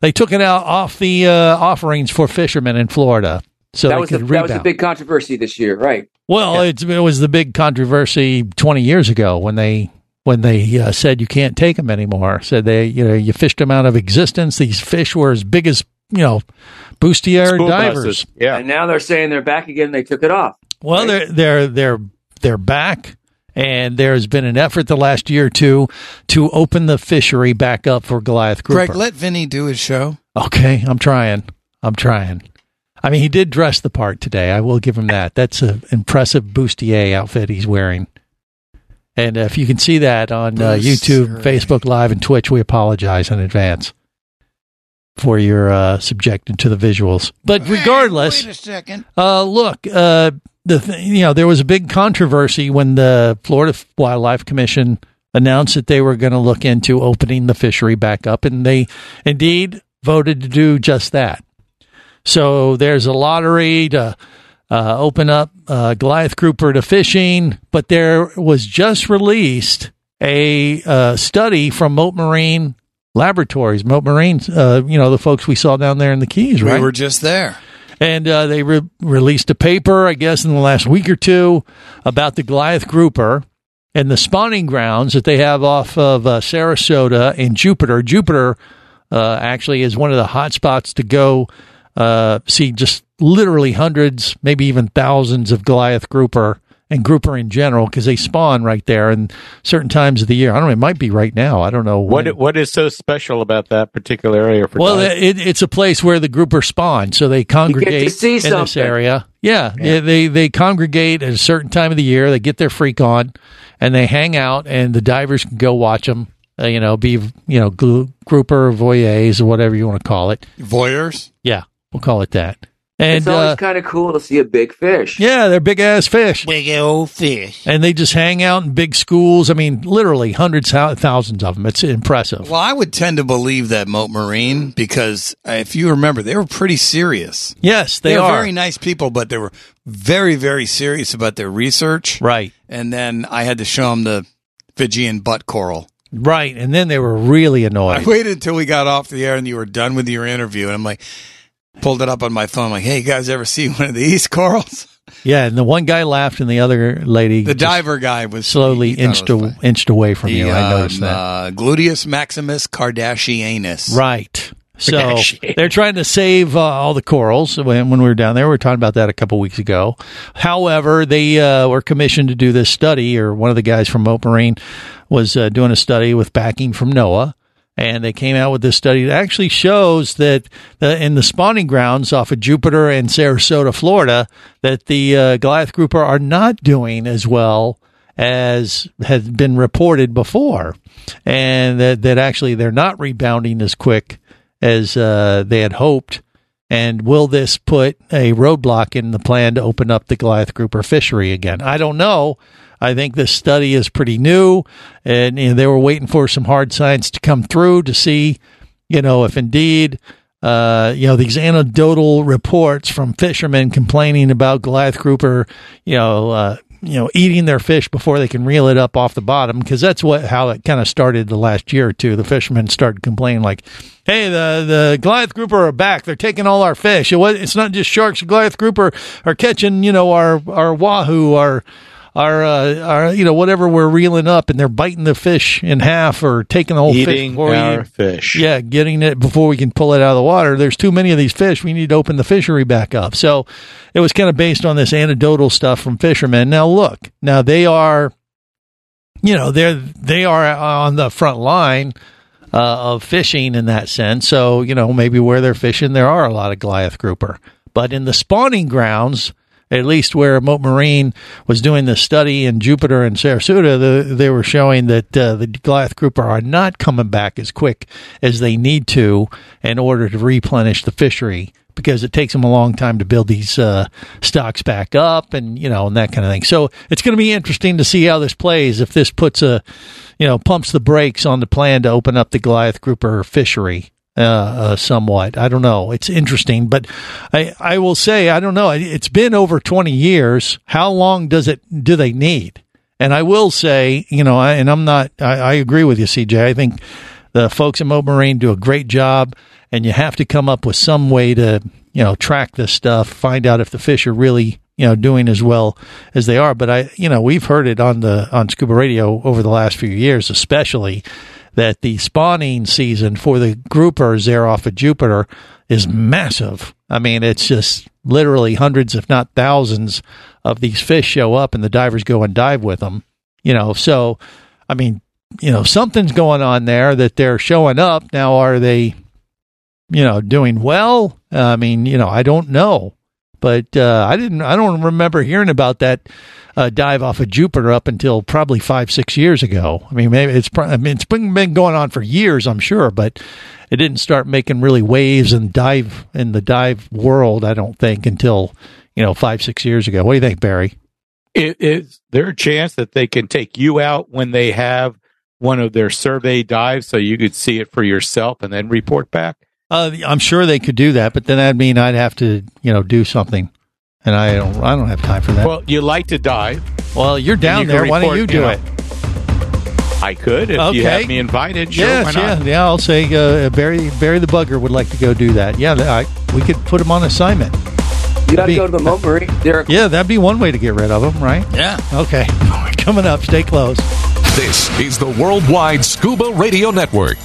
Speaker 5: they took it out off the uh, offerings for fishermen in Florida, so
Speaker 7: that
Speaker 5: they
Speaker 7: was the,
Speaker 5: could
Speaker 7: that was a
Speaker 5: rebound.
Speaker 7: big controversy this year, right?
Speaker 5: Well, it's, it was the big controversy 20 years ago when they when they uh, said you can't take them anymore. Said they, you know, you fished them out of existence. These fish were as big as you know, bustier divers.
Speaker 7: Yeah. And now they're saying they're back again. They took it off.
Speaker 5: Well, they're they're they're they're back, and there's been an effort the last year or two to open the fishery back up for Goliath grouper.
Speaker 26: Greg, let Vinny do his show.
Speaker 5: Okay, I'm trying. I'm trying. I mean, he did dress the part today. I will give him that. That's an impressive bustier outfit he's wearing. And if you can see that on uh, YouTube, Facebook Live, and Twitch, we apologize in advance for your uh, subjected to the visuals. But regardless,
Speaker 26: Wait a second.
Speaker 5: uh, look, uh, the th- you know there was a big controversy when the Florida Wildlife Commission announced that they were going to look into opening the fishery back up, and they indeed voted to do just that. So there's a lottery to uh, open up uh, Goliath grouper to fishing, but there was just released a uh, study from Moat Marine Laboratories. Moat Marine, uh, you know the folks we saw down there in the Keys, right?
Speaker 26: We were just there.
Speaker 5: And uh, they re- released a paper, I guess, in the last week or two about the Goliath grouper and the spawning grounds that they have off of uh, Sarasota and Jupiter. Jupiter uh, actually is one of the hot spots to go uh, see just literally hundreds, maybe even thousands of Goliath grouper and grouper in general because they spawn right there and certain times of the year. I don't know. It might be right now. I don't know.
Speaker 6: What
Speaker 5: when.
Speaker 6: what is so special about that particular area for
Speaker 5: Well, uh,
Speaker 6: diving?
Speaker 5: it, it's a place where the grouper spawn, so they congregate
Speaker 6: see
Speaker 5: in this
Speaker 6: something.
Speaker 5: area. Yeah, They, they they congregate at a certain time of the year. They get their freak on, and they hang out, and the divers can go watch them. Uh, you know, be you know glu- grouper voyeurs or whatever you want to call it.
Speaker 26: Voyeurs.
Speaker 5: Yeah, we'll call it that. And
Speaker 7: it's always
Speaker 5: uh,
Speaker 7: kind of cool to see a big fish.
Speaker 5: yeah, they're big ass fish.
Speaker 26: Big old fish.
Speaker 5: And they just hang out in big schools. I mean, literally hundreds, thou- thousands of them. It's impressive.
Speaker 26: Well, I would tend to believe that Moat Marine because uh, if you remember, they were pretty serious.
Speaker 5: Yes, they
Speaker 26: They're
Speaker 5: are.
Speaker 26: very nice people, but they were very, very serious about their research.
Speaker 5: Right.
Speaker 26: And then I had to show them the Fijian butt coral.
Speaker 5: Right, and then they were really annoyed.
Speaker 26: I waited until we got off the air and you were done with your interview, and I'm like, pulled it up on my phone, like, hey, you guys ever see one of these corals? <laughs>
Speaker 5: Yeah, and the one guy laughed, and the other lady,
Speaker 26: The
Speaker 5: just
Speaker 26: diver guy was
Speaker 5: slowly
Speaker 26: he thought it
Speaker 5: inched
Speaker 26: was
Speaker 5: a, inched away from you.
Speaker 26: The,
Speaker 5: I
Speaker 26: um,
Speaker 5: noticed that.
Speaker 26: Uh, gluteus maximus Kardashianus. <laughs>
Speaker 5: Right. So
Speaker 26: Kardashian.
Speaker 5: they're trying to save uh, all the corals. When, when we were down there, we were talking about that a couple weeks ago. However, they uh, were commissioned to do this study, or one of the guys from Moat Marine was uh, doing a study with backing from NOAA. And they came out with this study that actually shows that uh, in the spawning grounds off of Jupiter and Sarasota, Florida, that the uh, Goliath grouper are not doing as well as has been reported before, and that, that actually they're not rebounding as quick as uh, they had hoped. And will this put a roadblock in the plan to open up the Goliath grouper fishery again? I don't know. I think this study is pretty new, and, and they were waiting for some hard science to come through to see, you know, if indeed uh, you know, these anecdotal reports from fishermen complaining about Goliath grouper, you know, uh, you know, eating their fish before they can reel it up off the bottom, because that's what how it kind of started the last year or two. The fishermen started complaining, like, "Hey, the the Goliath grouper are back. They're taking all our fish. It was, it's not just sharks. Goliath grouper are catching, you know, our our wahoo, our our, uh, our, you know, whatever we're reeling up, and they're biting the fish in half or taking the whole fish.
Speaker 6: Eating
Speaker 5: before we-
Speaker 6: our fish.
Speaker 5: Yeah, getting it before we can pull it out of the water. There's too many of these fish. We need to open the fishery back up. So it was kind of based on this anecdotal stuff from fishermen. Now look, now they are you know they're they are on the front line uh, of fishing in that sense. So you know maybe where they're fishing, there are a lot of Goliath grouper. But in the spawning grounds, at least where Moat Marine was doing the study in Jupiter and Sarasota, the, they were showing that uh, the Goliath grouper are not coming back as quick as they need to in order to replenish the fishery because it takes them a long time to build these uh, stocks back up and you know and that kind of thing. So it's going to be interesting to see how this plays if this puts a you know pumps the brakes on the plan to open up the Goliath grouper fishery uh, uh, somewhat. I don't know. It's interesting, but I I will say I don't know. It's been over twenty years. How long does it do they need? And I will say, you know, I, and I'm not, I, I agree with you, CJ. I think the folks at Moat Marine do a great job, and you have to come up with some way to, you know, track this stuff, find out if the fish are really, you know, doing as well as they are. But I, you know, we've heard it on the, on scuba radio over the last few years, especially that the spawning season for the groupers there off of Jupiter is massive. I mean, it's just literally hundreds, if not thousands, of these fish show up, and the divers go and dive with them. You know, so I mean, you know, something's going on there that they're showing up. Now, are they, you know, doing well? I mean, you know, I don't know, but uh, I didn't. I don't remember hearing about that uh, dive off of Jupiter up until probably five, six years ago. I mean, maybe it's. pro- I mean, it's been, been going on for years, I'm sure, but it didn't start making really waves and dive in the dive world. I don't think until you know five, six years ago. What do you think, Barry?
Speaker 6: I- Is there a chance that they can take you out when they have one of their survey dives so you could see it for yourself and then report back?
Speaker 5: Uh, I'm sure they could do that, but then that'd mean I'd have to, you know, do something, and I don't, I don't have time for that.
Speaker 6: Well, you like to dive.
Speaker 5: Well, you're down there. Why don't you do it?
Speaker 6: I could if you
Speaker 5: Okay.
Speaker 6: had me invited. Sure,
Speaker 5: yes,
Speaker 6: why not?
Speaker 5: yeah, yeah. I'll say uh, Barry, Barry the bugger would like to go do that. Yeah, th- I, we could put him on assignment.
Speaker 7: You got to go to the Moat Marine. They're
Speaker 5: Yeah, that'd be one way to get rid of him, right?
Speaker 4: Yeah.
Speaker 5: Okay, We're <laughs> coming up. Stay close.
Speaker 4: This is the Worldwide Scuba Radio Network.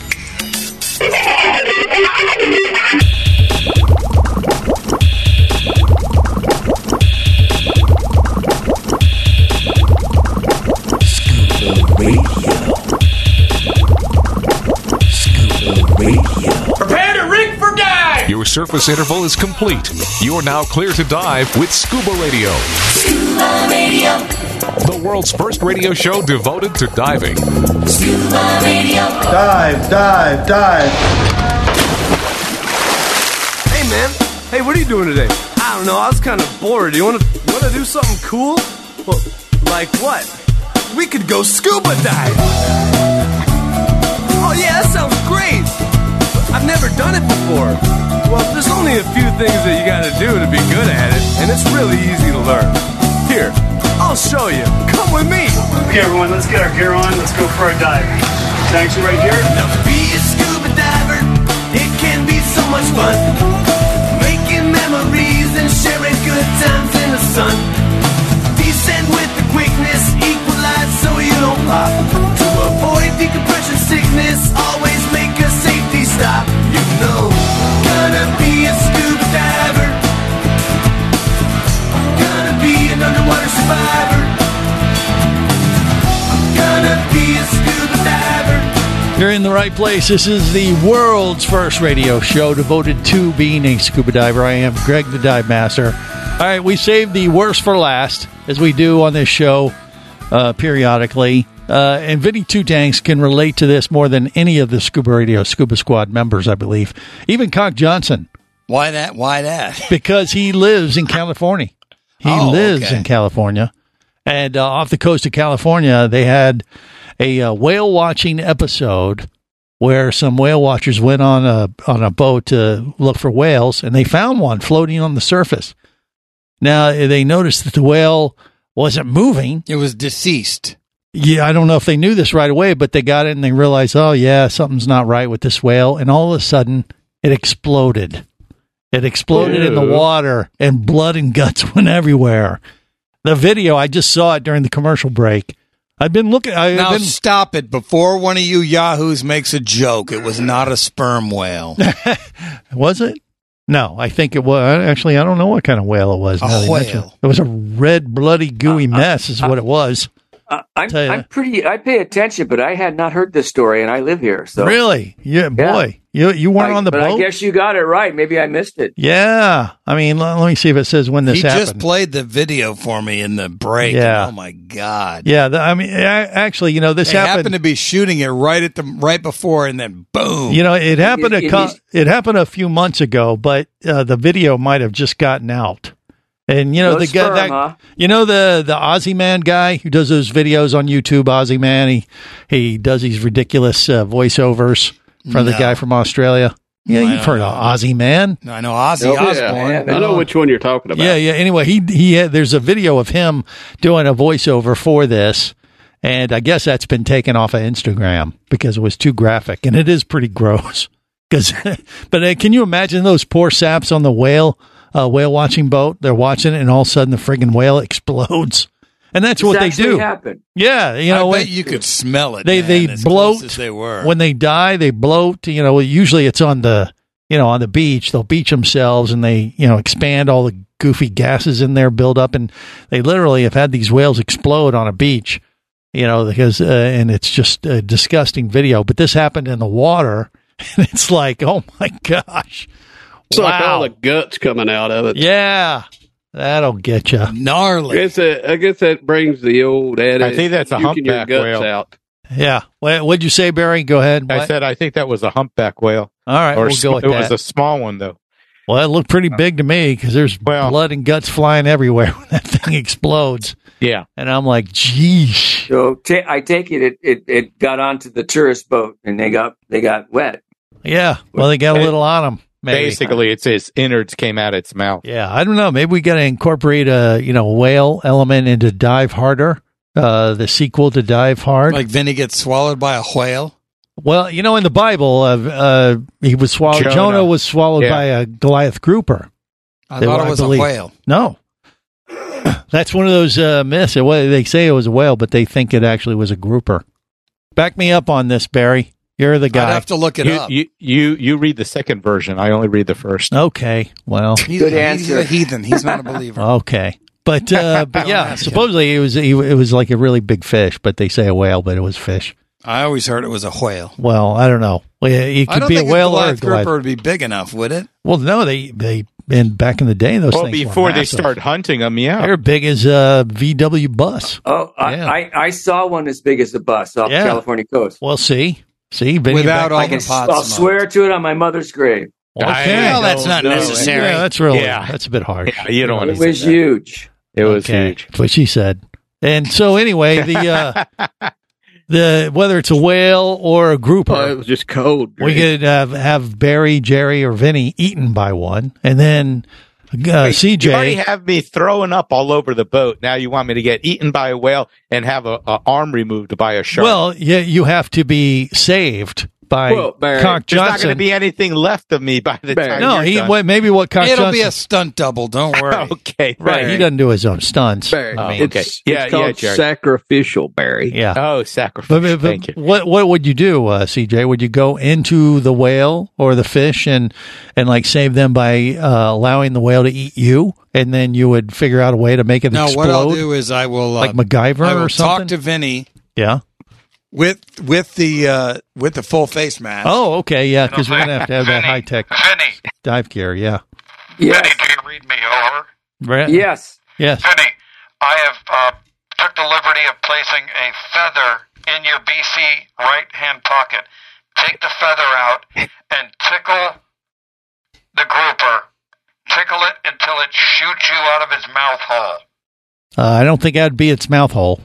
Speaker 24: Prepare to rig for dive!
Speaker 4: Your surface interval is complete. You're now clear to dive with Scuba Radio,
Speaker 24: Scuba Radio,
Speaker 4: the world's first radio show devoted to diving.
Speaker 24: Scuba Radio.
Speaker 22: Dive, dive, dive.
Speaker 27: Hey man, hey, what are you doing today? I don't know. I was kind of bored. You want to want to do something cool? Well, like what? We could go scuba dive. Oh yeah, that sounds great. But I've never done it before. Well, there's only a few things that you got to do to be good at it, and it's really easy to learn. Here, I'll show you. Come with me.
Speaker 2: Okay, everyone, let's get our gear on. Let's go for a dive. Tanks are right here.
Speaker 27: Now, to be a scuba diver, it can be so much fun. Making memories and sharing good times in the sun. Descend with the quickness, equalize so you don't pop. To avoid decompression sickness, always make a safety stop. You know, gonna be a scuba diver. Gonna be an underwater survivor. Gonna be a scuba diver.
Speaker 5: You're in the right place. This is the world's first radio show devoted to being a scuba diver. I am Greg the Dive Master. All right, we saved the worst for last, as we do on this show uh, periodically. Uh, and Vinny Two Tanks can relate to this more than any of the Scuba Radio Scuba Squad members, I believe. Even Cock Johnson,
Speaker 3: Why that? Why that?
Speaker 5: <laughs> because he lives in California. He
Speaker 3: Oh,
Speaker 5: lives
Speaker 3: okay.
Speaker 5: in California. And uh, off the coast of California, they had a uh, whale watching episode where some whale watchers went on a on a boat to look for whales, and they found one floating on the surface. Now they noticed that the whale wasn't moving.
Speaker 3: It was deceased.
Speaker 5: Yeah, I don't know if they knew this right away, but they got it and they realized, oh yeah, something's not right with this whale. And all of a sudden, it exploded. It exploded in the
Speaker 3: Ew.
Speaker 5: <laughs> water, and blood and guts went everywhere. The video, I just saw it during the commercial break. I've been looking. I've
Speaker 3: now
Speaker 5: been,
Speaker 3: stop it before one of you yahoos makes a joke. It was not a sperm
Speaker 5: <laughs>
Speaker 3: whale.
Speaker 5: Was it? No, I think it was. Actually, I don't know what kind of whale it was.
Speaker 3: A
Speaker 5: now that you
Speaker 3: whale.
Speaker 5: mention It. It was a red, bloody, gooey mess, is what it was.
Speaker 7: I, I'm,
Speaker 5: Tell ya.
Speaker 7: I'm pretty. I pay attention, but I had not heard this story, and I live here. So
Speaker 5: Really? Yeah, boy. You you weren't on the
Speaker 7: but I
Speaker 5: boat?
Speaker 7: guess you got it right. Maybe I missed it.
Speaker 5: yeah. I mean, l- let me see if it says when this
Speaker 3: he
Speaker 5: happened.
Speaker 3: just played the video for me in the break.
Speaker 5: Yeah.
Speaker 3: Oh my god.
Speaker 5: yeah. The, I mean, a- actually, you know, this
Speaker 3: they
Speaker 5: happened.
Speaker 3: happened to be shooting it right at the right before, and then boom.
Speaker 5: You know, it happened
Speaker 3: It-
Speaker 5: a
Speaker 3: it
Speaker 5: co-
Speaker 3: is-
Speaker 5: it happened a few months ago, but uh, the video might have just gotten out. And you know
Speaker 7: No
Speaker 5: the guy,
Speaker 7: sperm,
Speaker 5: that,
Speaker 7: huh?
Speaker 5: you know the the Aussie man guy who does those videos on YouTube. Aussie man, he he does these ridiculous uh, voiceovers for the
Speaker 3: No.
Speaker 5: guy from Australia. Yeah,
Speaker 3: I
Speaker 5: you've
Speaker 3: don't
Speaker 5: heard of Aussie man.
Speaker 3: No, I know Ozzy Osbourne.
Speaker 8: I know which one you're talking about.
Speaker 5: Yeah, yeah. Anyway, he he had, there's a video of him doing a voiceover for this, and I guess that's been taken off of Instagram because it was too graphic, and it is pretty gross. <laughs> Because, but uh, can you imagine those poor saps on the whale uh, whale watching boat? They're watching it, and all of a sudden the friggin' whale <laughs> explodes, and that's what they do.
Speaker 7: Happened.
Speaker 5: Yeah, you know,
Speaker 3: I
Speaker 5: when-
Speaker 3: bet you could smell it.
Speaker 5: they
Speaker 3: man,
Speaker 5: they
Speaker 3: as
Speaker 5: bloat
Speaker 3: close as they were.
Speaker 5: when they die they bloat you know usually it's on the you know on the beach they'll beach themselves and they you know expand all the goofy gases in there build up and they literally have had these whales explode on a beach you know because uh, and it's just a disgusting video but this happened in the water <laughs> and it's like oh my gosh
Speaker 8: It's like all the guts coming out of it.
Speaker 5: yeah that'll get you
Speaker 8: I
Speaker 3: gnarly.
Speaker 8: guess that, I guess that brings the old adage.
Speaker 6: I think that's a
Speaker 8: puking your
Speaker 6: humpback
Speaker 8: guts
Speaker 6: whale.
Speaker 8: Out.
Speaker 5: yeah Wha- what'd you say barry go ahead
Speaker 6: I
Speaker 5: What?
Speaker 6: said I think that was a humpback whale.
Speaker 5: all right
Speaker 6: Or
Speaker 5: we'll
Speaker 6: sm-
Speaker 5: go with
Speaker 6: it
Speaker 5: that
Speaker 6: was a small one though.
Speaker 5: Well, it looked pretty big to me because there's blood and guts flying everywhere <laughs> when that thing explodes.
Speaker 6: Yeah.
Speaker 5: And I'm like, geez.
Speaker 7: So ta I take it, it it it got onto the tourist boat, and they got they got wet.
Speaker 5: Yeah. Well, they got a little on them. Maybe.
Speaker 6: Basically, it's its innards came out its mouth.
Speaker 5: Yeah. I don't know. Maybe we got to incorporate a, you know, whale element into Dive Harder, uh, the sequel to Dive Hard.
Speaker 3: like Vinny gets swallowed by a whale.
Speaker 5: well, you know, in the Bible, uh, uh, he was swallowed. Jonah,
Speaker 3: Jonah.
Speaker 5: was swallowed
Speaker 3: Yeah.
Speaker 5: by a Goliath grouper.
Speaker 3: I thought it was a
Speaker 5: believe.
Speaker 3: whale.
Speaker 5: No. <coughs> That's one of those uh, myths. It wa- they say it was a whale, but they think it actually was a grouper. Back me up on this, Barry. You're the guy.
Speaker 6: you, You, you you read the second version. I only read the first.
Speaker 5: okay. Well,
Speaker 3: He's, he's a heathen. He's
Speaker 7: <laughs>
Speaker 3: not a believer.
Speaker 5: Oh. okay. But, uh, but yeah, supposedly it was he, it was like a really big fish, but they say a whale, but it was fish.
Speaker 3: I always heard it was a whale.
Speaker 5: Well, I don't know. Well, yeah, It
Speaker 3: I
Speaker 5: could
Speaker 3: don't
Speaker 5: be a
Speaker 3: think
Speaker 5: whale or a
Speaker 3: Goliath
Speaker 5: Goliath.
Speaker 3: grouper would be big enough, would it?
Speaker 5: Well, no, they they and back in the day those
Speaker 6: Well,
Speaker 5: things were
Speaker 6: before they
Speaker 5: massive.
Speaker 6: start hunting them, yeah.
Speaker 5: they're big as a VW bus.
Speaker 7: Oh, I, I, I saw one as big as a bus off
Speaker 5: Yeah.
Speaker 7: the California coast.
Speaker 5: Well, see, see, Vinny back-
Speaker 7: I can, I'll swear to it on my mother's grave.
Speaker 5: Okay.
Speaker 3: Well, that's not
Speaker 7: No, no.
Speaker 3: necessary.
Speaker 5: Oh, Yeah, that's really
Speaker 6: Yeah.
Speaker 5: that's a bit harsh.
Speaker 6: Yeah, you don't want
Speaker 7: It
Speaker 6: to.
Speaker 7: was huge.
Speaker 6: It was huge.
Speaker 5: That's what she said. And so anyway, the uh,
Speaker 6: <laughs>
Speaker 5: the whether it's a whale or a grouper,
Speaker 8: Oh, it was just cold.
Speaker 5: we could have, have Barry, Jerry, or Vinny eaten by one, and then uh,
Speaker 6: You already
Speaker 5: CJ.
Speaker 6: have me throwing up all over the boat. Now you want me to get eaten by a whale and have a, a arm removed by a shark?
Speaker 5: Well, yeah, you have to be saved by Cock
Speaker 6: there's not going to
Speaker 5: Johnson.
Speaker 6: be anything left of me by the time.
Speaker 5: no,
Speaker 6: you're
Speaker 5: he
Speaker 6: done.
Speaker 5: wait, maybe what Cock
Speaker 3: It'll be
Speaker 5: Johnson-
Speaker 3: a stunt double.
Speaker 5: <laughs>
Speaker 3: Don't worry.
Speaker 6: okay, Oh,
Speaker 5: right? He doesn't do his own stunts. I mean,
Speaker 6: okay. Yeah,
Speaker 8: it's called
Speaker 6: yeah, Jerry.
Speaker 8: sacrificial, Barry.
Speaker 5: Yeah.
Speaker 6: Oh, sacrifice.
Speaker 5: But, but- but
Speaker 6: Thank you. <laughs>
Speaker 5: what what would you do, uh, CJ? Would you go into the whale or the fish and and like save them by uh, allowing the whale to eat you, and then you would figure out a way to make it
Speaker 3: No,
Speaker 5: explode?
Speaker 3: what I'll do is I will uh,
Speaker 5: Like MacGyver
Speaker 3: I will
Speaker 5: or something?
Speaker 3: Talk to Vinny
Speaker 5: yeah.
Speaker 3: with with the uh, with the full face mask.
Speaker 5: Oh, okay, yeah, because we're gonna have to have that high tech dive gear. Yeah.
Speaker 7: Yes.
Speaker 5: Right?
Speaker 7: Yes.
Speaker 5: Yes.
Speaker 1: I have uh, took the liberty of placing a feather in your BC right hand pocket. Take the feather out and tickle the grouper. Tickle it until it shoots you out of its mouth hole
Speaker 5: Uh, I don't think that'd be its mouth hole.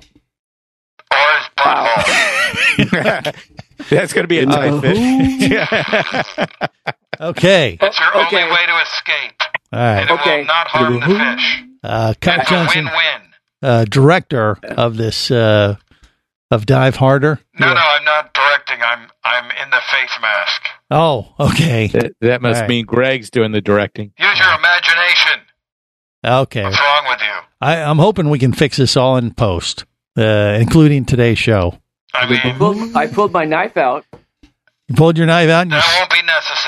Speaker 1: or his butthole.
Speaker 6: That's going to be a tight
Speaker 5: <laughs>
Speaker 6: fish.
Speaker 5: Okay.
Speaker 1: It's your only way to escape.
Speaker 5: All right.
Speaker 1: And it will not harm the fish.
Speaker 5: Uh, Cock
Speaker 1: It's a
Speaker 5: Johnson,
Speaker 1: win-win.
Speaker 5: uh, director of this uh, of Dive Harder.
Speaker 1: No, no, I'm not directing. I'm I'm in the face mask.
Speaker 5: Oh, okay.
Speaker 6: That, that must
Speaker 5: All right. <laughs>
Speaker 6: mean Greg's doing the directing.
Speaker 1: Use your imagination.
Speaker 5: Okay.
Speaker 1: What's wrong with you?
Speaker 5: I, I'm hoping we can fix this all in post, uh, including today's show.
Speaker 1: I mean,
Speaker 7: pulled, I pulled my knife out.
Speaker 5: You pulled your knife out and you,
Speaker 1: that won't be necessary.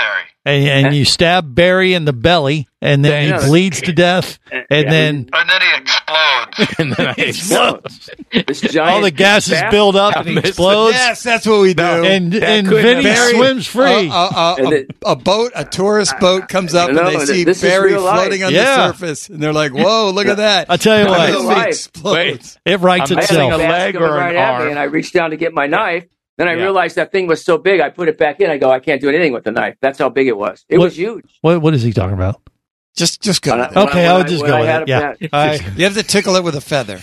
Speaker 5: and, and you stab Barry in the belly, and then
Speaker 1: Yeah.
Speaker 5: he bleeds to death, and then
Speaker 1: and then he explodes.
Speaker 6: and then
Speaker 5: he
Speaker 6: <laughs>
Speaker 5: explodes.
Speaker 7: This giant
Speaker 5: all the gases
Speaker 7: bath-
Speaker 5: build up and he explodes.
Speaker 3: Yes, that's what we do.
Speaker 5: And- and Vinny swims free.
Speaker 3: A, a- a-
Speaker 5: And it-
Speaker 3: a boat, a tourist boat comes up
Speaker 5: No,
Speaker 3: and they
Speaker 5: and
Speaker 3: see
Speaker 5: this is
Speaker 3: Barry
Speaker 5: real life.
Speaker 3: floating on
Speaker 5: Yeah.
Speaker 3: the surface, and they're like, "Whoa, look at that!"
Speaker 5: I'll tell you
Speaker 3: And
Speaker 5: what.
Speaker 3: then
Speaker 5: Real
Speaker 3: it
Speaker 5: life.
Speaker 3: explodes.
Speaker 5: It writes
Speaker 7: I had
Speaker 5: itself.
Speaker 7: a bass coming right at me, and I reached down to get my knife. Then I realized that thing was so big. I put it back in. I go, I can't do anything with the knife. That's how big it was. It
Speaker 5: What-
Speaker 7: was huge.
Speaker 5: What What is he talking about?
Speaker 3: Just Just go. with it.
Speaker 7: when I-
Speaker 5: Okay,
Speaker 7: when
Speaker 5: I
Speaker 7: I-
Speaker 5: would just
Speaker 7: when
Speaker 5: go
Speaker 7: I
Speaker 5: with
Speaker 7: had
Speaker 5: it.
Speaker 7: a
Speaker 5: Yeah.
Speaker 7: bat-
Speaker 5: All right.
Speaker 3: You have to tickle it with
Speaker 5: <laughs>
Speaker 3: a feather.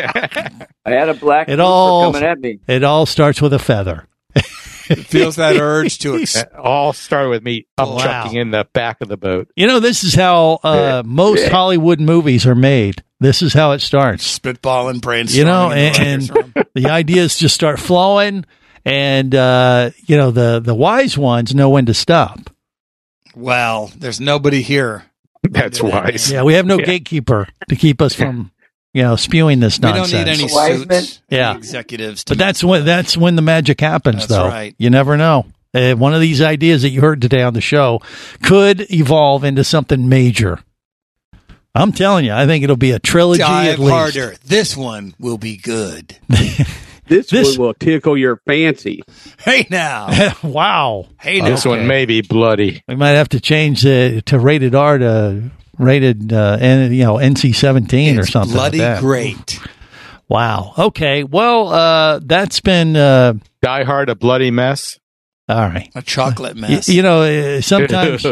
Speaker 7: I had a black
Speaker 5: It
Speaker 7: rooster
Speaker 5: all
Speaker 7: coming at me.
Speaker 5: It all starts with a feather.
Speaker 3: feels that urge to.
Speaker 6: all started with me up
Speaker 5: Oh, Wow.
Speaker 6: chucking in the back of the boat.
Speaker 5: You know, this is how uh, most
Speaker 6: Yeah.
Speaker 5: Hollywood movies are made. This is how it starts.
Speaker 3: Spitball and brainstorming.
Speaker 5: You know,
Speaker 3: in the
Speaker 5: and, and the ideas just start flowing, and uh, you know the the wise ones know when to stop.
Speaker 3: Well, there's nobody here.
Speaker 6: <laughs> That's wise.
Speaker 5: Yeah, we have no gatekeeper to keep us
Speaker 6: <laughs>
Speaker 5: from you know spewing this
Speaker 3: We don't
Speaker 5: nonsense.
Speaker 3: need any suits.
Speaker 5: Yeah.
Speaker 3: any executives.
Speaker 5: But that's when that's when the magic happens,
Speaker 3: That's
Speaker 5: though.
Speaker 3: right.
Speaker 5: You never know. Uh, one of these ideas that you heard today on the show could evolve into something major. I'm telling you, I think it'll be a trilogy
Speaker 3: Dive
Speaker 5: at least.
Speaker 3: harder. This one will be good.
Speaker 8: This, one will tickle your fancy.
Speaker 3: Hey
Speaker 5: <laughs>
Speaker 3: now,
Speaker 5: <laughs> wow.
Speaker 3: Hey now,
Speaker 6: This one may be bloody.
Speaker 5: We might have to change the to rated R to rated uh, N, you know NC-17 or something. like
Speaker 3: bloody
Speaker 5: that.
Speaker 3: great.
Speaker 5: Wow. Okay. Well, uh, that's been uh,
Speaker 6: Die Hard, a bloody mess.
Speaker 5: All right.
Speaker 3: A chocolate
Speaker 5: Y-
Speaker 3: mess.
Speaker 5: You know, uh,
Speaker 3: <laughs>
Speaker 6: <laughs>
Speaker 5: sometimes